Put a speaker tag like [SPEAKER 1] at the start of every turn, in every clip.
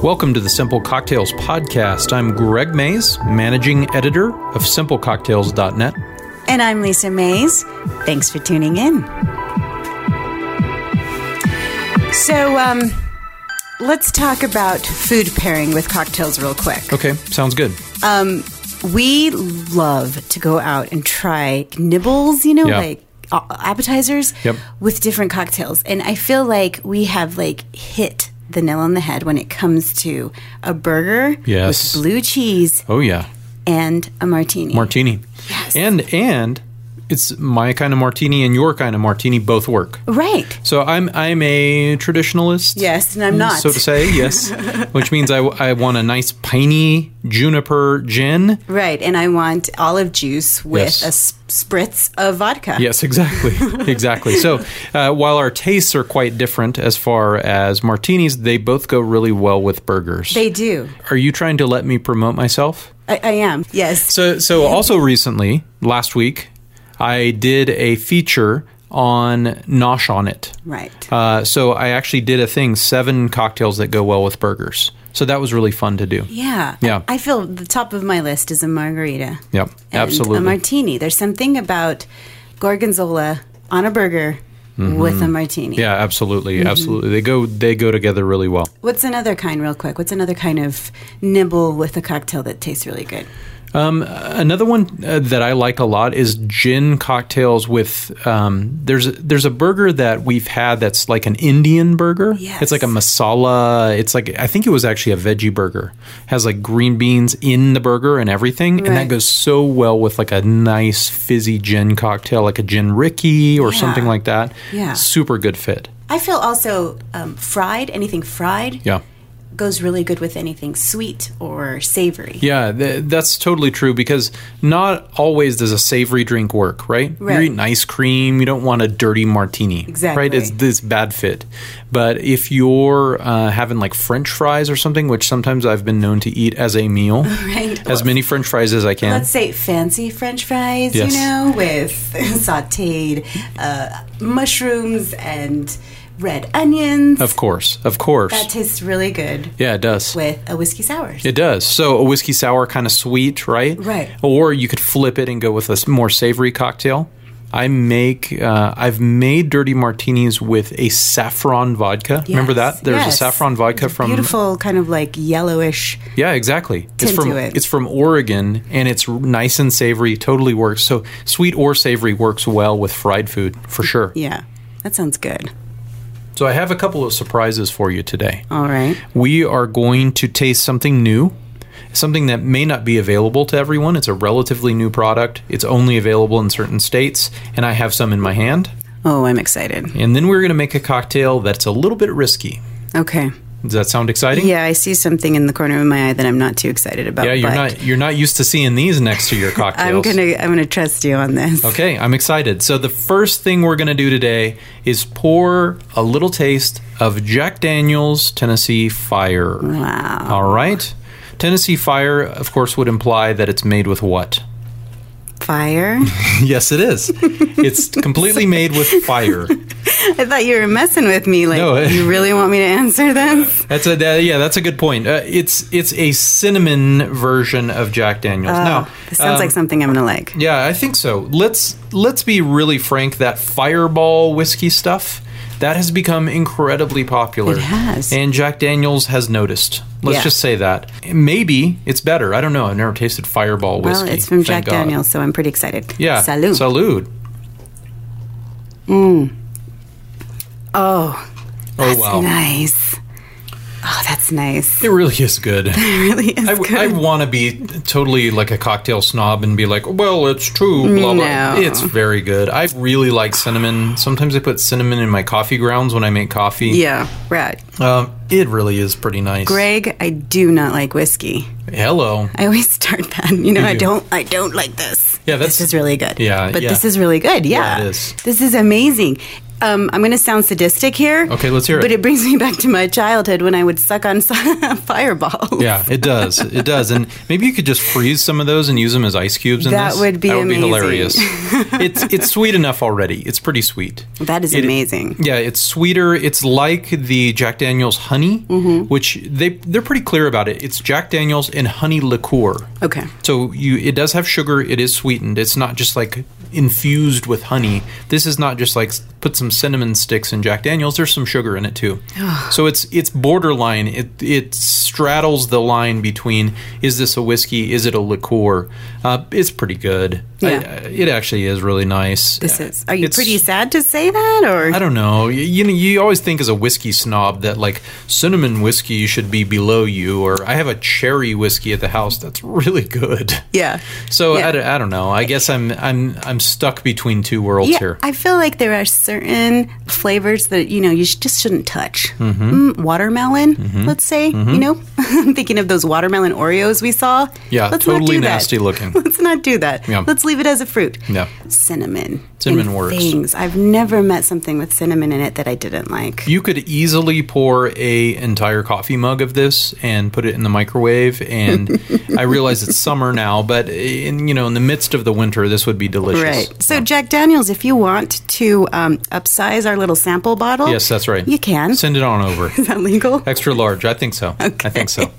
[SPEAKER 1] Welcome to the Simple Cocktails Podcast. I'm Greg Mays, managing editor of simplecocktails.net.
[SPEAKER 2] And I'm Lisa Mays. Thanks for tuning in. So, um, let's talk about food pairing with cocktails real quick.
[SPEAKER 1] Okay, sounds good.
[SPEAKER 2] We love to go out and try nibbles, you know,
[SPEAKER 1] Yeah.
[SPEAKER 2] like uh, appetizers
[SPEAKER 1] Yep.
[SPEAKER 2] with different cocktails. And I feel like we have like hit the nail on the head when it comes to a burger
[SPEAKER 1] Yes.
[SPEAKER 2] with blue cheese
[SPEAKER 1] Oh yeah,
[SPEAKER 2] and a martini.
[SPEAKER 1] martini.
[SPEAKER 2] Yes.
[SPEAKER 1] And and it's my kind of martini and your kind of martini both work.
[SPEAKER 2] right.
[SPEAKER 1] So I'm I'm a traditionalist.
[SPEAKER 2] Yes, and I'm not.
[SPEAKER 1] Mm, So to say, yes, which means I, I want a nice piney juniper gin.
[SPEAKER 2] Right, and I want olive juice with
[SPEAKER 1] Yes.
[SPEAKER 2] a s- spritz of vodka.
[SPEAKER 1] Yes, exactly, exactly. So, uh, while our tastes are quite different as far as martinis, they both go really well with burgers.
[SPEAKER 2] They do.
[SPEAKER 1] are you trying to let me promote myself?
[SPEAKER 2] I, I am. Yes.
[SPEAKER 1] So, so also recently, last week, I did a feature on Nosh on it.
[SPEAKER 2] Right.
[SPEAKER 1] Uh, so I actually did a thing: seven cocktails that go well with burgers. So that was really fun to do.
[SPEAKER 2] yeah.
[SPEAKER 1] yeah.
[SPEAKER 2] I, I feel the top of my list is a margarita.
[SPEAKER 1] Yep,
[SPEAKER 2] And A
[SPEAKER 1] absolutely.
[SPEAKER 2] martini. There's something about gorgonzola on a burger with a martini.
[SPEAKER 1] Mm-hmm. Yeah, absolutely, absolutely. They go they go together really well.
[SPEAKER 2] What's another kind, real quick? What's another kind of nibble with a cocktail that tastes really good?
[SPEAKER 1] Another one uh, that I like a lot is gin cocktails with. Um, there's there's a burger that we've had that's like an Indian burger.
[SPEAKER 2] Yes.
[SPEAKER 1] It's like a masala. It's like I think it was actually a veggie burger. Has like green beans in the burger and everything, and that
[SPEAKER 2] Right.
[SPEAKER 1] goes so well with like a nice fizzy gin cocktail, like a gin Ricky or
[SPEAKER 2] Yeah.
[SPEAKER 1] something like that.
[SPEAKER 2] Yeah.
[SPEAKER 1] Super good fit.
[SPEAKER 2] I feel also um, fried, anything fried
[SPEAKER 1] Yeah.
[SPEAKER 2] goes really good with anything sweet or savory.
[SPEAKER 1] Yeah, th- that's totally true because not always does a savory drink work, right? You're
[SPEAKER 2] Right.
[SPEAKER 1] eating ice cream, you don't want a dirty martini.
[SPEAKER 2] Exactly.
[SPEAKER 1] Right? It's this bad fit. But if you're uh, having like french fries or something, which sometimes I've been known to eat as a meal,
[SPEAKER 2] Right.
[SPEAKER 1] as many french fries as I can.
[SPEAKER 2] let's say fancy french fries
[SPEAKER 1] Yes.
[SPEAKER 2] you know with sauteed uh, mushrooms and red onions
[SPEAKER 1] of course, of course.
[SPEAKER 2] that tastes really good
[SPEAKER 1] yeah, it does.
[SPEAKER 2] with a whiskey sour
[SPEAKER 1] It does. So a whiskey sour kind of sweet, right?
[SPEAKER 2] Right.
[SPEAKER 1] Or you could flip it and go with a s- more savory cocktail. I make. Uh, I've made dirty martinis with a saffron vodka. Remember
[SPEAKER 2] Yes,
[SPEAKER 1] that? There's a
[SPEAKER 2] yes.
[SPEAKER 1] saffron vodka from.
[SPEAKER 2] beautiful kind of like yellowish
[SPEAKER 1] Yeah, exactly. It's
[SPEAKER 2] Tint
[SPEAKER 1] from
[SPEAKER 2] to it.
[SPEAKER 1] it's from Oregon, and it's r- nice and savory. Totally works. So sweet or savory works well with fried food for sure.
[SPEAKER 2] yeah that sounds good
[SPEAKER 1] So I have a couple of surprises for you today.
[SPEAKER 2] all right
[SPEAKER 1] we are going to taste something new, something that may not be available to everyone. It's a relatively new product, it's only available in certain states, and I have some in my hand.
[SPEAKER 2] oh i'm excited
[SPEAKER 1] And then we're going to make a cocktail that's a little bit risky.
[SPEAKER 2] okay
[SPEAKER 1] Does that sound exciting?
[SPEAKER 2] yeah i see something in the corner of my eye that i'm not too excited about
[SPEAKER 1] Yeah, you're
[SPEAKER 2] but
[SPEAKER 1] not you're not used to seeing these next to your cocktails.
[SPEAKER 2] i'm gonna i'm gonna trust you on this
[SPEAKER 1] Okay, I'm excited. So the first thing we're going to do today is pour a little taste of Jack Daniel's Tennessee Fire.
[SPEAKER 2] Wow.
[SPEAKER 1] All right. Tennessee Fire, of course, would imply that it's made with what?
[SPEAKER 2] fire
[SPEAKER 1] Yes, it is. It's completely made with fire.
[SPEAKER 2] i thought you were messing with me like
[SPEAKER 1] No, it-
[SPEAKER 2] you really want me to answer this
[SPEAKER 1] That's a that- yeah. That's a good point. Uh, it's it's a cinnamon version of Jack Daniel's. now,
[SPEAKER 2] Oh, this sounds
[SPEAKER 1] um,
[SPEAKER 2] like something i'm gonna like
[SPEAKER 1] yeah, I think so. Let's let's be really frank. That Fireball whiskey stuff that has become incredibly popular.
[SPEAKER 2] It has.
[SPEAKER 1] and Jack Daniel's has noticed. Let's
[SPEAKER 2] Yeah.
[SPEAKER 1] just say that maybe it's better. I don't know. I've never tasted Fireball whiskey.
[SPEAKER 2] Well, it's from
[SPEAKER 1] Thank
[SPEAKER 2] Jack
[SPEAKER 1] God.
[SPEAKER 2] Daniels, so I'm pretty excited.
[SPEAKER 1] Yeah,
[SPEAKER 2] Salud.
[SPEAKER 1] Salud.
[SPEAKER 2] oh,
[SPEAKER 1] Oh
[SPEAKER 2] that's
[SPEAKER 1] wow,
[SPEAKER 2] nice. Oh, that's nice.
[SPEAKER 1] it really is good.
[SPEAKER 2] It really is
[SPEAKER 1] I,
[SPEAKER 2] good.
[SPEAKER 1] want to be totally like a cocktail snob and be like, well, it's true, blah, blah.
[SPEAKER 2] No.
[SPEAKER 1] It's very good. I really like cinnamon. Sometimes I put cinnamon in my coffee grounds when I make coffee.
[SPEAKER 2] yeah, right.
[SPEAKER 1] Um, it really is pretty nice.
[SPEAKER 2] Greg, I do not like whiskey.
[SPEAKER 1] Hello.
[SPEAKER 2] I always start that. You know, I
[SPEAKER 1] do.
[SPEAKER 2] don't. I don't like this.
[SPEAKER 1] Yeah, that's-
[SPEAKER 2] this is really good.
[SPEAKER 1] Yeah,
[SPEAKER 2] but
[SPEAKER 1] yeah.
[SPEAKER 2] this is really good.
[SPEAKER 1] Yeah,
[SPEAKER 2] Yeah,
[SPEAKER 1] it is.
[SPEAKER 2] This is amazing. um, I'm going to sound sadistic here.
[SPEAKER 1] Okay, let's hear it.
[SPEAKER 2] But it brings me back to my childhood when I would suck on fireballs.
[SPEAKER 1] Yeah, it does. It does. And maybe you could just freeze some of those and use them as ice cubes. In
[SPEAKER 2] That
[SPEAKER 1] this.
[SPEAKER 2] would be
[SPEAKER 1] that would
[SPEAKER 2] amazing.
[SPEAKER 1] be hilarious. it's it's sweet enough already. It's pretty sweet.
[SPEAKER 2] That is
[SPEAKER 1] It-
[SPEAKER 2] amazing.
[SPEAKER 1] Yeah, it's sweeter. It's like the Jack Daniel's honey,
[SPEAKER 2] Mm-hmm.
[SPEAKER 1] which they they're pretty clear about it. It's Jack Daniel's and honey liqueur.
[SPEAKER 2] Okay.
[SPEAKER 1] So you it does have sugar. It is sweetened. It's not just like infused with honey. This is not just like s- put some cinnamon sticks in Jack Daniel's. There's some sugar in it too. so it's it's borderline. It it straddles the line between is this a whiskey? Is it a liqueur? Uh, it's pretty good. I-
[SPEAKER 2] Yeah.
[SPEAKER 1] I- it actually is really nice.
[SPEAKER 2] This is. Are you
[SPEAKER 1] It's-
[SPEAKER 2] pretty sad to say that, or
[SPEAKER 1] I don't know. You, you know, you always think as a whiskey snob that like cinnamon whiskey should be below you, or I have a cherry whiskey at the house that's really good.
[SPEAKER 2] yeah?
[SPEAKER 1] So
[SPEAKER 2] Yeah.
[SPEAKER 1] I, don't- I don't know. I guess I'm I'm I'm stuck between two worlds
[SPEAKER 2] Yeah,
[SPEAKER 1] here.
[SPEAKER 2] I feel like there are certain flavors that you know you sh- just shouldn't touch.
[SPEAKER 1] Mm-hmm.
[SPEAKER 2] Mm, watermelon, let's say. You know, I'm thinking of those watermelon Oreos we saw.
[SPEAKER 1] yeah,
[SPEAKER 2] let's not
[SPEAKER 1] totally
[SPEAKER 2] do that.
[SPEAKER 1] nasty looking.
[SPEAKER 2] Let's not do that.
[SPEAKER 1] Yeah.
[SPEAKER 2] Let's leave it as a fruit.
[SPEAKER 1] Yeah.
[SPEAKER 2] Cinnamon.
[SPEAKER 1] Cinnamon
[SPEAKER 2] and
[SPEAKER 1] works.
[SPEAKER 2] Things. I've never met something with cinnamon in it that I didn't like.
[SPEAKER 1] You could easily pour a entire coffee mug of this and put it in the microwave. And I realize it's summer now, but eh, in you know in the midst of the winter, this would be delicious.
[SPEAKER 2] Right. So, Jack Daniels, if you want to um, upsize our little sample bottle,
[SPEAKER 1] Yes, that's right.
[SPEAKER 2] You can.
[SPEAKER 1] send it on over.
[SPEAKER 2] Is that legal?
[SPEAKER 1] Extra large. I think so. I think so.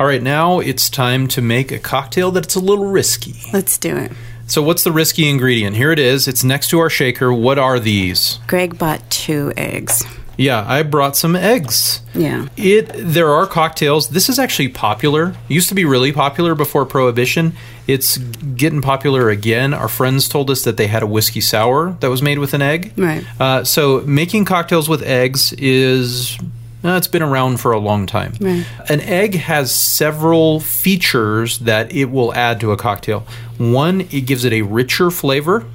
[SPEAKER 1] All right, now it's time to make a cocktail that's a little risky.
[SPEAKER 2] Let's do it.
[SPEAKER 1] So, what's the risky ingredient? Here it is. It's next to our shaker. What are these?
[SPEAKER 2] Greg bought two eggs.
[SPEAKER 1] Yeah, I brought some eggs.
[SPEAKER 2] Yeah.
[SPEAKER 1] It there are cocktails. This is actually popular. It used to be really popular before prohibition. It's getting popular again. Our friends told us that they had a whiskey sour that was made with an egg.
[SPEAKER 2] Right.
[SPEAKER 1] Uh, so making cocktails with eggs is uh, it's been around for a long time.
[SPEAKER 2] Right.
[SPEAKER 1] An egg has several features that it will add to a cocktail. One, it gives it a richer flavor.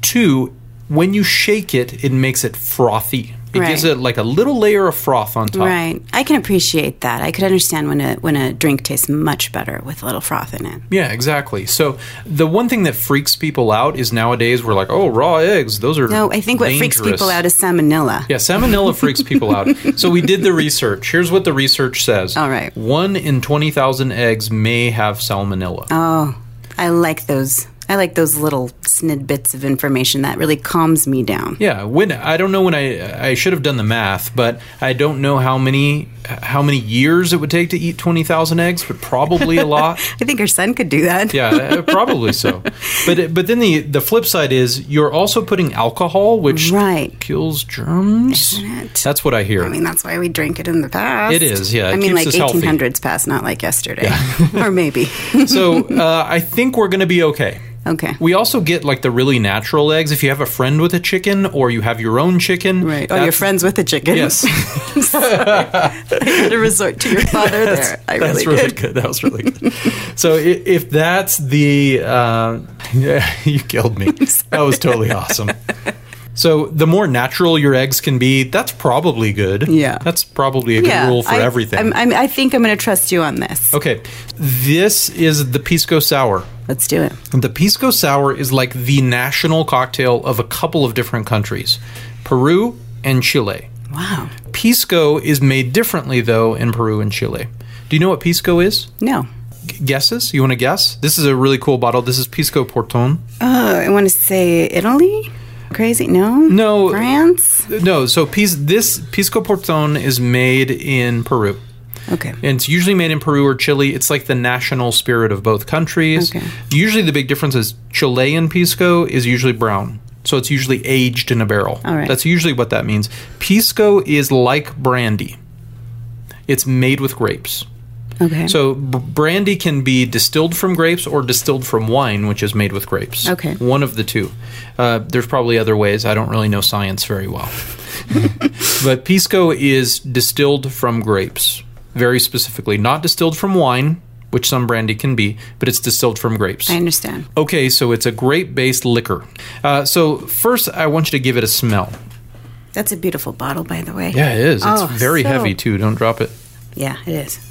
[SPEAKER 1] Two, when you shake it, it makes it frothy. It
[SPEAKER 2] Right.
[SPEAKER 1] gives it like a little layer of froth on top.
[SPEAKER 2] Right. I can appreciate that. I could understand when a when a drink tastes much better with a little froth in it.
[SPEAKER 1] Yeah, exactly. So the one thing that freaks people out is nowadays we're like, oh, raw eggs. Those are
[SPEAKER 2] No, I think what freaks
[SPEAKER 1] dangerous."
[SPEAKER 2] people out is salmonella.
[SPEAKER 1] Yeah, salmonella freaks people out. So we did the research. Here's what the research says.
[SPEAKER 2] All right.
[SPEAKER 1] One in 20,000 eggs may have salmonella.
[SPEAKER 2] Oh, I like those. I like those little snidbits of information that really calms me down.
[SPEAKER 1] Yeah, when I don't know when I I should have done the math, but I don't know how many how many years it would take to eat 20,000 eggs, but probably a lot.
[SPEAKER 2] I think your son could do that.
[SPEAKER 1] Yeah, uh, probably so. But but then the the flip side is you're also putting alcohol which
[SPEAKER 2] Right.
[SPEAKER 1] kills germs.
[SPEAKER 2] Isn't it?
[SPEAKER 1] That's what I hear.
[SPEAKER 2] I mean, that's why we drink it in the past.
[SPEAKER 1] It is, yeah. It
[SPEAKER 2] I mean,
[SPEAKER 1] keeps
[SPEAKER 2] like
[SPEAKER 1] us healthy.
[SPEAKER 2] 1800s past, not like yesterday. or maybe.
[SPEAKER 1] so uh, I think we're going to be okay.
[SPEAKER 2] Okay.
[SPEAKER 1] We also get like the really natural eggs. If you have a friend with a chicken, or you have your own chicken,
[SPEAKER 2] Right. Oh, you're
[SPEAKER 1] that's-
[SPEAKER 2] friends with the chicken.
[SPEAKER 1] Yes,
[SPEAKER 2] I had to resort to your father there. I really
[SPEAKER 1] that's
[SPEAKER 2] did.
[SPEAKER 1] really good. That was really good. so i- if that's the, uh, yeah, you killed me. That was totally awesome. So the more natural your eggs can be, that's probably good.
[SPEAKER 2] Yeah.
[SPEAKER 1] that's probably a good rule for
[SPEAKER 2] I,
[SPEAKER 1] everything. Oh.
[SPEAKER 2] I'm, I'm, I think I'm going to trust you on this.
[SPEAKER 1] okay, this is the pisco sour.
[SPEAKER 2] Let's do it.
[SPEAKER 1] The Pisco Sour is like the national cocktail of a couple of different countries, Peru and Chile.
[SPEAKER 2] Wow.
[SPEAKER 1] Pisco is made differently, though, in Peru and Chile. Do you know what Pisco is?
[SPEAKER 2] No.
[SPEAKER 1] G- guesses? You want to guess? This is a really cool bottle. This is Pisco Porton.
[SPEAKER 2] Oh, I want to say Italy. Crazy. No.
[SPEAKER 1] No.
[SPEAKER 2] France.
[SPEAKER 1] No, so Pis- this Pisco Porton is made in Peru.
[SPEAKER 2] Okay.
[SPEAKER 1] And it's usually made in Peru or Chile. It's like the national spirit of both countries.
[SPEAKER 2] Okay.
[SPEAKER 1] Usually, the big difference is Chilean pisco is usually brown. So it's usually aged in a barrel.
[SPEAKER 2] All right.
[SPEAKER 1] That's usually what that means. Pisco is like brandy, it's made with grapes.
[SPEAKER 2] Okay.
[SPEAKER 1] So b- brandy can be distilled from grapes or distilled from wine, which is made with grapes.
[SPEAKER 2] Okay.
[SPEAKER 1] One of the two. Uh, there's probably other ways. I don't really know science very well. but pisco is distilled from grapes, very specifically. Not distilled from wine, which some brandy can be, but it's distilled from grapes.
[SPEAKER 2] I understand.
[SPEAKER 1] okay, so it's a grape based liquor. Uh, so, first, I want you to give it a smell.
[SPEAKER 2] That's a beautiful bottle, by the way.
[SPEAKER 1] Yeah, it is. It's
[SPEAKER 2] Oh,
[SPEAKER 1] very
[SPEAKER 2] so-
[SPEAKER 1] heavy, too. Don't drop it.
[SPEAKER 2] Yeah, it is.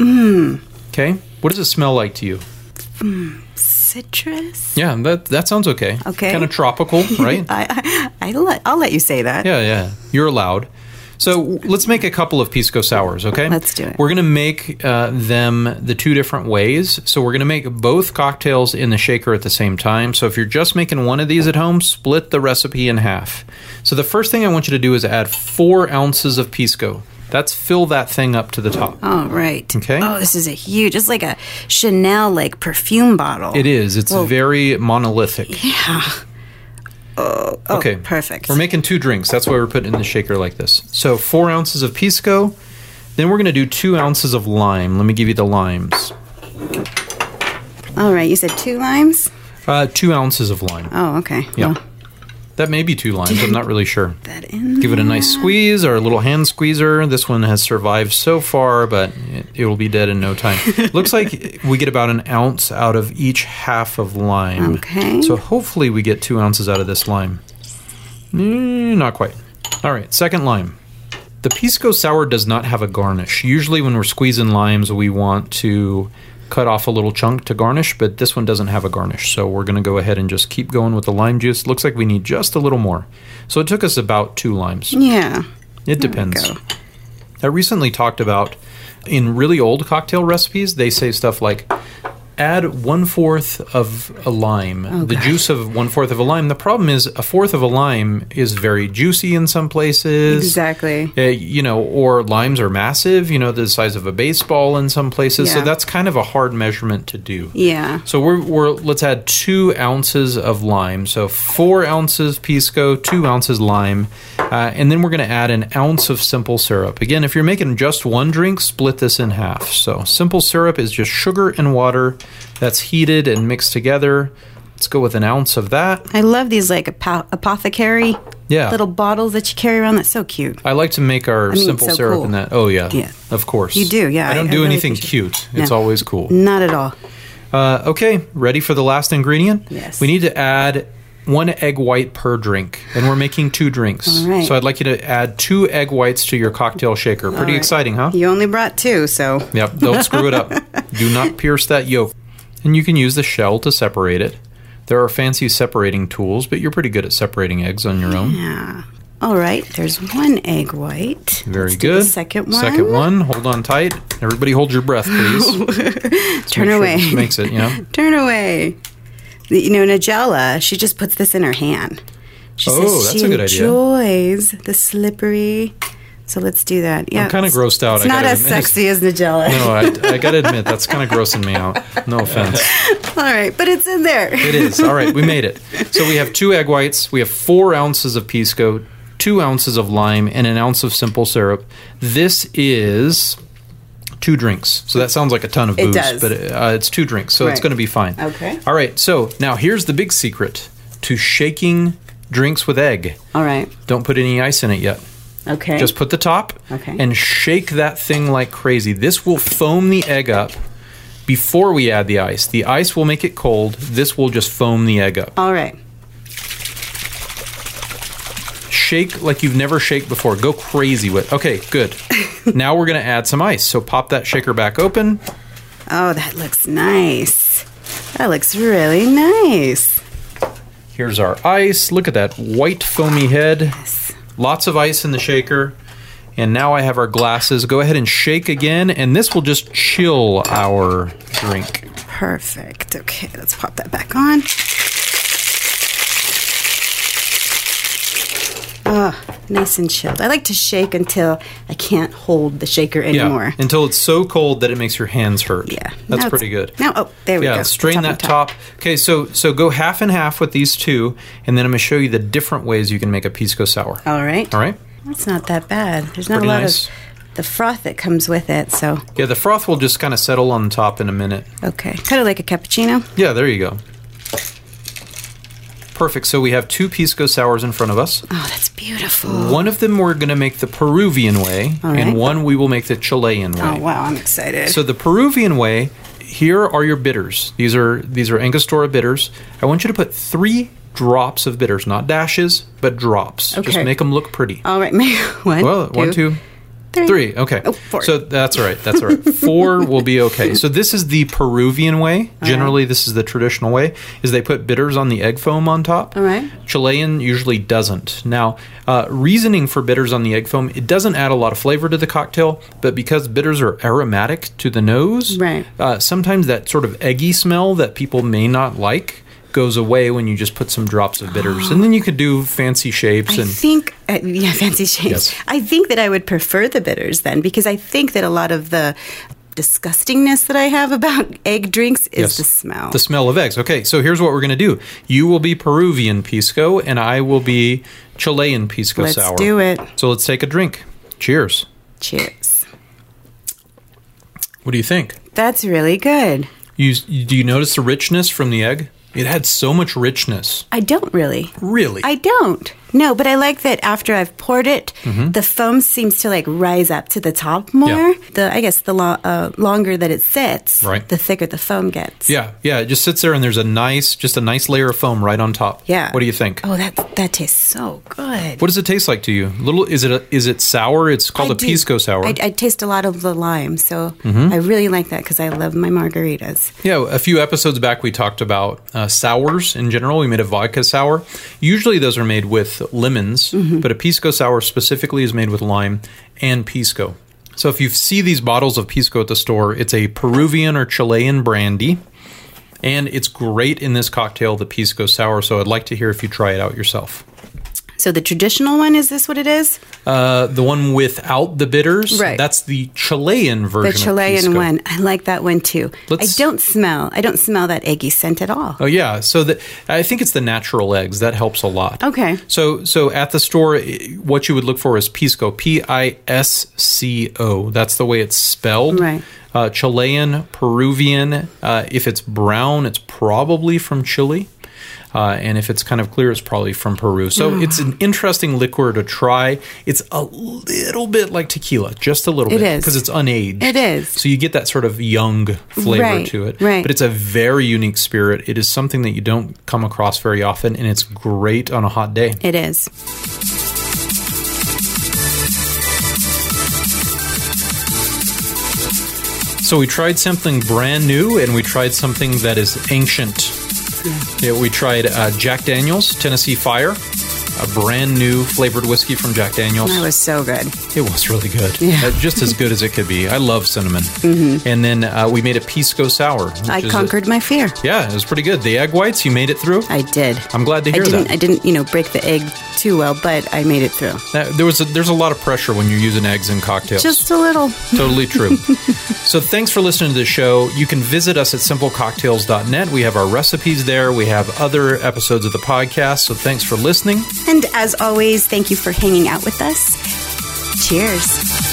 [SPEAKER 1] Okay? What does it smell like to you?
[SPEAKER 2] citrus.
[SPEAKER 1] Yeah, that that sounds okay.
[SPEAKER 2] Okay.
[SPEAKER 1] Kind of tropical, right?
[SPEAKER 2] I, I, I let, I'll let you say that.
[SPEAKER 1] Yeah, yeah. You're allowed. So w- let's make a couple of pisco sours, okay?
[SPEAKER 2] Let's do it.
[SPEAKER 1] We're going to make uh, them the two different ways. So we're going to make both cocktails in the shaker at the same time. So if you're just making one of these at home, split the recipe in half. So the first thing I want you to do is add four ounces of pisco. That's fill that thing up to the top.
[SPEAKER 2] All right.
[SPEAKER 1] Okay.
[SPEAKER 2] Oh, this is a huge. It's like a Chanel like perfume bottle.
[SPEAKER 1] It is. It's very monolithic.
[SPEAKER 2] Oh,
[SPEAKER 1] okay.
[SPEAKER 2] Perfect.
[SPEAKER 1] We're making two drinks. That's why we're putting it in the shaker like this. So four ounces of pisco. Then we're going to do two ounces of lime. Let me give you the limes.
[SPEAKER 2] All right. You said two limes.
[SPEAKER 1] Uh, two ounces of lime.
[SPEAKER 2] Oh, okay.
[SPEAKER 1] yeah.
[SPEAKER 2] Well,
[SPEAKER 1] That may be two limes. I'm not really sure.
[SPEAKER 2] that in.
[SPEAKER 1] Give it a nice squeeze or a little hand squeezer. This one has survived so far, but it, it will be dead in no time. Looks like we get about an ounce out of each half of lime.
[SPEAKER 2] Okay.
[SPEAKER 1] So hopefully we get two ounces out of this lime. Mm, not quite. All right, second lime. The pisco sour does not have a garnish. Usually, when we're squeezing limes, we want to cut off a little chunk to garnish, but this one doesn't have a garnish. So, we're going to go ahead and just keep going with the lime juice. Looks like we need just a little more. So, it took us about two limes.
[SPEAKER 2] Yeah.
[SPEAKER 1] It depends.
[SPEAKER 2] go.
[SPEAKER 1] I recently talked about in really old cocktail recipes, they say stuff like add one fourth of a lime, the juice of one fourth of a lime. The problem is, a fourth of a lime is very juicy in some places.
[SPEAKER 2] Exactly.
[SPEAKER 1] Uh, you know, or limes are massive, you know, the size of a baseball in some places. So
[SPEAKER 2] Yeah.
[SPEAKER 1] that's kind of a hard measurement to do.
[SPEAKER 2] Yeah.
[SPEAKER 1] So we're, we're let's add two ounces of lime. So four ounces pisco, two ounces lime, uh, and then we're going to add an ounce of simple syrup. Again, if you're making just one drink, split this in half. So simple syrup is just sugar and water that's heated and mixed together. Let's go with an ounce of that.
[SPEAKER 2] I love these like apo- apothecary
[SPEAKER 1] Yeah.
[SPEAKER 2] little bottles that you carry around. That's so cute.
[SPEAKER 1] I like to make our
[SPEAKER 2] mean,
[SPEAKER 1] simple
[SPEAKER 2] so
[SPEAKER 1] syrup
[SPEAKER 2] cool.
[SPEAKER 1] in that. Oh yeah,
[SPEAKER 2] Yeah.
[SPEAKER 1] of course.
[SPEAKER 2] You do, yeah,
[SPEAKER 1] I
[SPEAKER 2] I-
[SPEAKER 1] don't
[SPEAKER 2] I
[SPEAKER 1] do
[SPEAKER 2] really
[SPEAKER 1] anything
[SPEAKER 2] appreciate
[SPEAKER 1] cute. It's
[SPEAKER 2] No.
[SPEAKER 1] always cool.
[SPEAKER 2] Not at all.
[SPEAKER 1] Uh, okay, ready for the last ingredient?
[SPEAKER 2] Yes.
[SPEAKER 1] We need to add one egg white per drink, and we're making two drinks.
[SPEAKER 2] All right.
[SPEAKER 1] So I'd like you to add two egg whites to your cocktail shaker. Pretty
[SPEAKER 2] right.
[SPEAKER 1] exciting, huh?
[SPEAKER 2] You only brought two, so
[SPEAKER 1] Yep, don't screw it up. Do not pierce that yolk. And you can use the shell to separate it. There are fancy separating tools, but you're pretty good at separating eggs on your own.
[SPEAKER 2] yeah. All right. There's one egg white.
[SPEAKER 1] Very
[SPEAKER 2] Let's do
[SPEAKER 1] good.
[SPEAKER 2] the second one.
[SPEAKER 1] Second one. Hold on tight. Everybody hold your breath, please. Let's make
[SPEAKER 2] Turn
[SPEAKER 1] sure
[SPEAKER 2] away.
[SPEAKER 1] this makes it, you know?
[SPEAKER 2] Turn away. You know, Nigella, she just puts this in her hand. She
[SPEAKER 1] Oh,
[SPEAKER 2] says
[SPEAKER 1] that's
[SPEAKER 2] she
[SPEAKER 1] a good idea.
[SPEAKER 2] enjoys the slippery. So let's do that. Yeah,
[SPEAKER 1] kinda
[SPEAKER 2] it's-
[SPEAKER 1] grossed out,
[SPEAKER 2] It's
[SPEAKER 1] I
[SPEAKER 2] not
[SPEAKER 1] gotta
[SPEAKER 2] as
[SPEAKER 1] admit.
[SPEAKER 2] sexy as Nigella.
[SPEAKER 1] No, I, I gotta admit, that's kind of grossing me out. No offense.
[SPEAKER 2] All right, but it's in there.
[SPEAKER 1] It is. All right, we made it. So we have two egg whites, we have four ounces of pisco, two ounces of lime, and an ounce of simple syrup. This is two drinks. So that sounds like a ton of booze,
[SPEAKER 2] does.
[SPEAKER 1] but uh, it's two drinks, so it's
[SPEAKER 2] Right.
[SPEAKER 1] going to be fine.
[SPEAKER 2] Okay.
[SPEAKER 1] All right, so now here's the big secret to shaking drinks with egg.
[SPEAKER 2] All right.
[SPEAKER 1] Don't put any ice in it yet.
[SPEAKER 2] Okay.
[SPEAKER 1] Just put the top
[SPEAKER 2] Okay.
[SPEAKER 1] and shake that thing like crazy. This will foam the egg up before we add the ice. The ice will make it cold. This will just foam the egg up.
[SPEAKER 2] All right.
[SPEAKER 1] Shake like you've never shaked before. Go crazy with. Okay, good. now we're going to add some ice. So pop that shaker back open.
[SPEAKER 2] Oh, that looks nice. That looks really nice.
[SPEAKER 1] Here's our ice. Look at that white foamy head. Lots of ice in the shaker. And now I have our glasses. Go ahead and shake again, and this will just chill our drink.
[SPEAKER 2] Perfect. Okay, let's pop that back on. Oh, nice and chilled. I like to shake until I can't hold the shaker anymore.
[SPEAKER 1] Until it's so cold that it makes your hands hurt.
[SPEAKER 2] Yeah. Now
[SPEAKER 1] That's
[SPEAKER 2] it's-
[SPEAKER 1] pretty good.
[SPEAKER 2] Now, oh, there we go.
[SPEAKER 1] yeah, strain
[SPEAKER 2] and
[SPEAKER 1] that top. Okay, so so go half and half with these two, and then I'm gonna show you the different ways you can make a pisco sour.
[SPEAKER 2] All right.
[SPEAKER 1] All right.
[SPEAKER 2] That's not that bad. There's not
[SPEAKER 1] Pretty
[SPEAKER 2] a lot
[SPEAKER 1] nice.
[SPEAKER 2] of the froth that comes with it, so
[SPEAKER 1] Yeah, the froth will just kind of settle on top in a minute.
[SPEAKER 2] okay. Kind of like a cappuccino.
[SPEAKER 1] Yeah, there you go. Perfect. So we have two pisco sours in front of us.
[SPEAKER 2] Oh, that's beautiful.
[SPEAKER 1] One of them we're gonna make the Peruvian way,
[SPEAKER 2] All
[SPEAKER 1] and
[SPEAKER 2] right.
[SPEAKER 1] one we will make the Chilean way.
[SPEAKER 2] Oh, wow. I'm excited.
[SPEAKER 1] So the Peruvian way, here are your bitters. These are these are Angostura bitters. I want you to put three drops of bitters, not dashes, but drops. Just
[SPEAKER 2] Okay. Uh,
[SPEAKER 1] make them look pretty.
[SPEAKER 2] All right. One,
[SPEAKER 1] well, one, two,
[SPEAKER 2] three.
[SPEAKER 1] Three. Okay.
[SPEAKER 2] Oh, four.
[SPEAKER 1] So that's all right. That's all right. Four will be okay. So this is the Peruvian way. Generally, this is the traditional way. Is they put bitters on the egg foam on top.
[SPEAKER 2] All right.
[SPEAKER 1] Chilean usually doesn't. Now, uh, reasoning for bitters on the egg foam, it doesn't add a lot of flavor to the cocktail, but because bitters are aromatic to the nose,
[SPEAKER 2] Right.
[SPEAKER 1] uh, sometimes that sort of eggy smell that people may not like goes away when you just put some drops of bitters, and then you could do fancy shapes
[SPEAKER 2] I
[SPEAKER 1] and
[SPEAKER 2] think, uh, yeah, fancy shapes.
[SPEAKER 1] Yes.
[SPEAKER 2] I think that I would prefer the bitters then because I think that a lot of the disgustingness that I have about egg drinks is
[SPEAKER 1] Yes.
[SPEAKER 2] the smell.
[SPEAKER 1] The smell of eggs. Okay, so here's what we're going to do. You will be Peruvian pisco, and I will be Chilean pisco
[SPEAKER 2] Let's
[SPEAKER 1] sour.
[SPEAKER 2] do it.
[SPEAKER 1] So let's take a drink. Cheers.
[SPEAKER 2] Cheers.
[SPEAKER 1] What do you think?
[SPEAKER 2] That's really good.
[SPEAKER 1] You do you notice the richness from the egg? It had so much richness.
[SPEAKER 2] I don't really.
[SPEAKER 1] Really.
[SPEAKER 2] I don't. No, but I like that after I've poured it,
[SPEAKER 1] Mm-hmm.
[SPEAKER 2] the foam seems to like rise up to the top more. The I guess the lo- uh, longer that it sits,
[SPEAKER 1] Right.
[SPEAKER 2] the thicker the foam gets.
[SPEAKER 1] yeah, yeah. It just sits there, and there's a nice, just a nice layer of foam right on top.
[SPEAKER 2] Yeah.
[SPEAKER 1] What do you think?
[SPEAKER 2] Oh, that that tastes so good.
[SPEAKER 1] What does it taste like to you? Little is it? A, is it sour? It's called a
[SPEAKER 2] I do-
[SPEAKER 1] pisco sour. Mm-hmm.
[SPEAKER 2] I, I taste a lot of the lime, so I really like that because I love my margaritas.
[SPEAKER 1] Yeah, a few episodes back, we talked about uh, sours in general. We made a vodka sour. Usually, those are made with lemons,
[SPEAKER 2] Mm-hmm.
[SPEAKER 1] but a pisco sour specifically is made with lime and pisco. So, if you see these bottles of pisco at the store, it's a Peruvian or Chilean brandy, and it's great in this cocktail, the pisco sour. So, I'd like to hear if you try it out yourself.
[SPEAKER 2] So the traditional one is this what it is?
[SPEAKER 1] Uh, the one without the bitters,
[SPEAKER 2] Right.
[SPEAKER 1] that's the Chilean version.
[SPEAKER 2] The
[SPEAKER 1] of
[SPEAKER 2] Chilean
[SPEAKER 1] pisco.
[SPEAKER 2] one. I like that one too.
[SPEAKER 1] Let's-
[SPEAKER 2] I don't smell. I don't smell that eggy scent at all.
[SPEAKER 1] Oh yeah, so the, I think it's the natural eggs that helps a lot.
[SPEAKER 2] Okay.
[SPEAKER 1] So so at the store, i- what you would look for is pisco, P I S C O. That's the way it's spelled.
[SPEAKER 2] Right.
[SPEAKER 1] Uh, Chilean, Peruvian. Uh, if it's brown, it's probably from Chile. Uh, and if it's kind of clear, it's probably from Peru. So
[SPEAKER 2] Mm.
[SPEAKER 1] it's an interesting liquor to try. It's a little bit like tequila, just a little
[SPEAKER 2] It
[SPEAKER 1] bit,
[SPEAKER 2] is.
[SPEAKER 1] because it's unaged.
[SPEAKER 2] It is.
[SPEAKER 1] So you get that sort of young flavor
[SPEAKER 2] Right,
[SPEAKER 1] to it.
[SPEAKER 2] right.
[SPEAKER 1] But it's a very unique spirit. It is something that you don't come across very often, and it's great on a hot day.
[SPEAKER 2] It is.
[SPEAKER 1] So we tried something brand new, and we tried something that is ancient. Yeah, we tried uh, Jack Daniel's Tennessee Fire, a brand new flavored whiskey from Jack Daniel's.
[SPEAKER 2] That was so good.
[SPEAKER 1] It was really good. Uh, just as good as it could be. I love cinnamon. And then uh, we made a pisco sour. which
[SPEAKER 2] Mm-hmm. I
[SPEAKER 1] is a-
[SPEAKER 2] conquered my fear.
[SPEAKER 1] yeah, it was pretty good. The egg whites, you made it through.
[SPEAKER 2] I did.
[SPEAKER 1] I'm glad to
[SPEAKER 2] I
[SPEAKER 1] hear
[SPEAKER 2] didn't.
[SPEAKER 1] that.
[SPEAKER 2] I didn't. You know, break the egg too well, but I made it through.
[SPEAKER 1] That- there was a, there's a lot of pressure when you're using eggs in cocktails.
[SPEAKER 2] Just a little.
[SPEAKER 1] totally true. so thanks for listening to the show. You can visit us at simplecocktails.net. We have our recipes there. We have other episodes of the podcast. So thanks for listening.
[SPEAKER 2] And as always, thank you for hanging out with us. Cheers.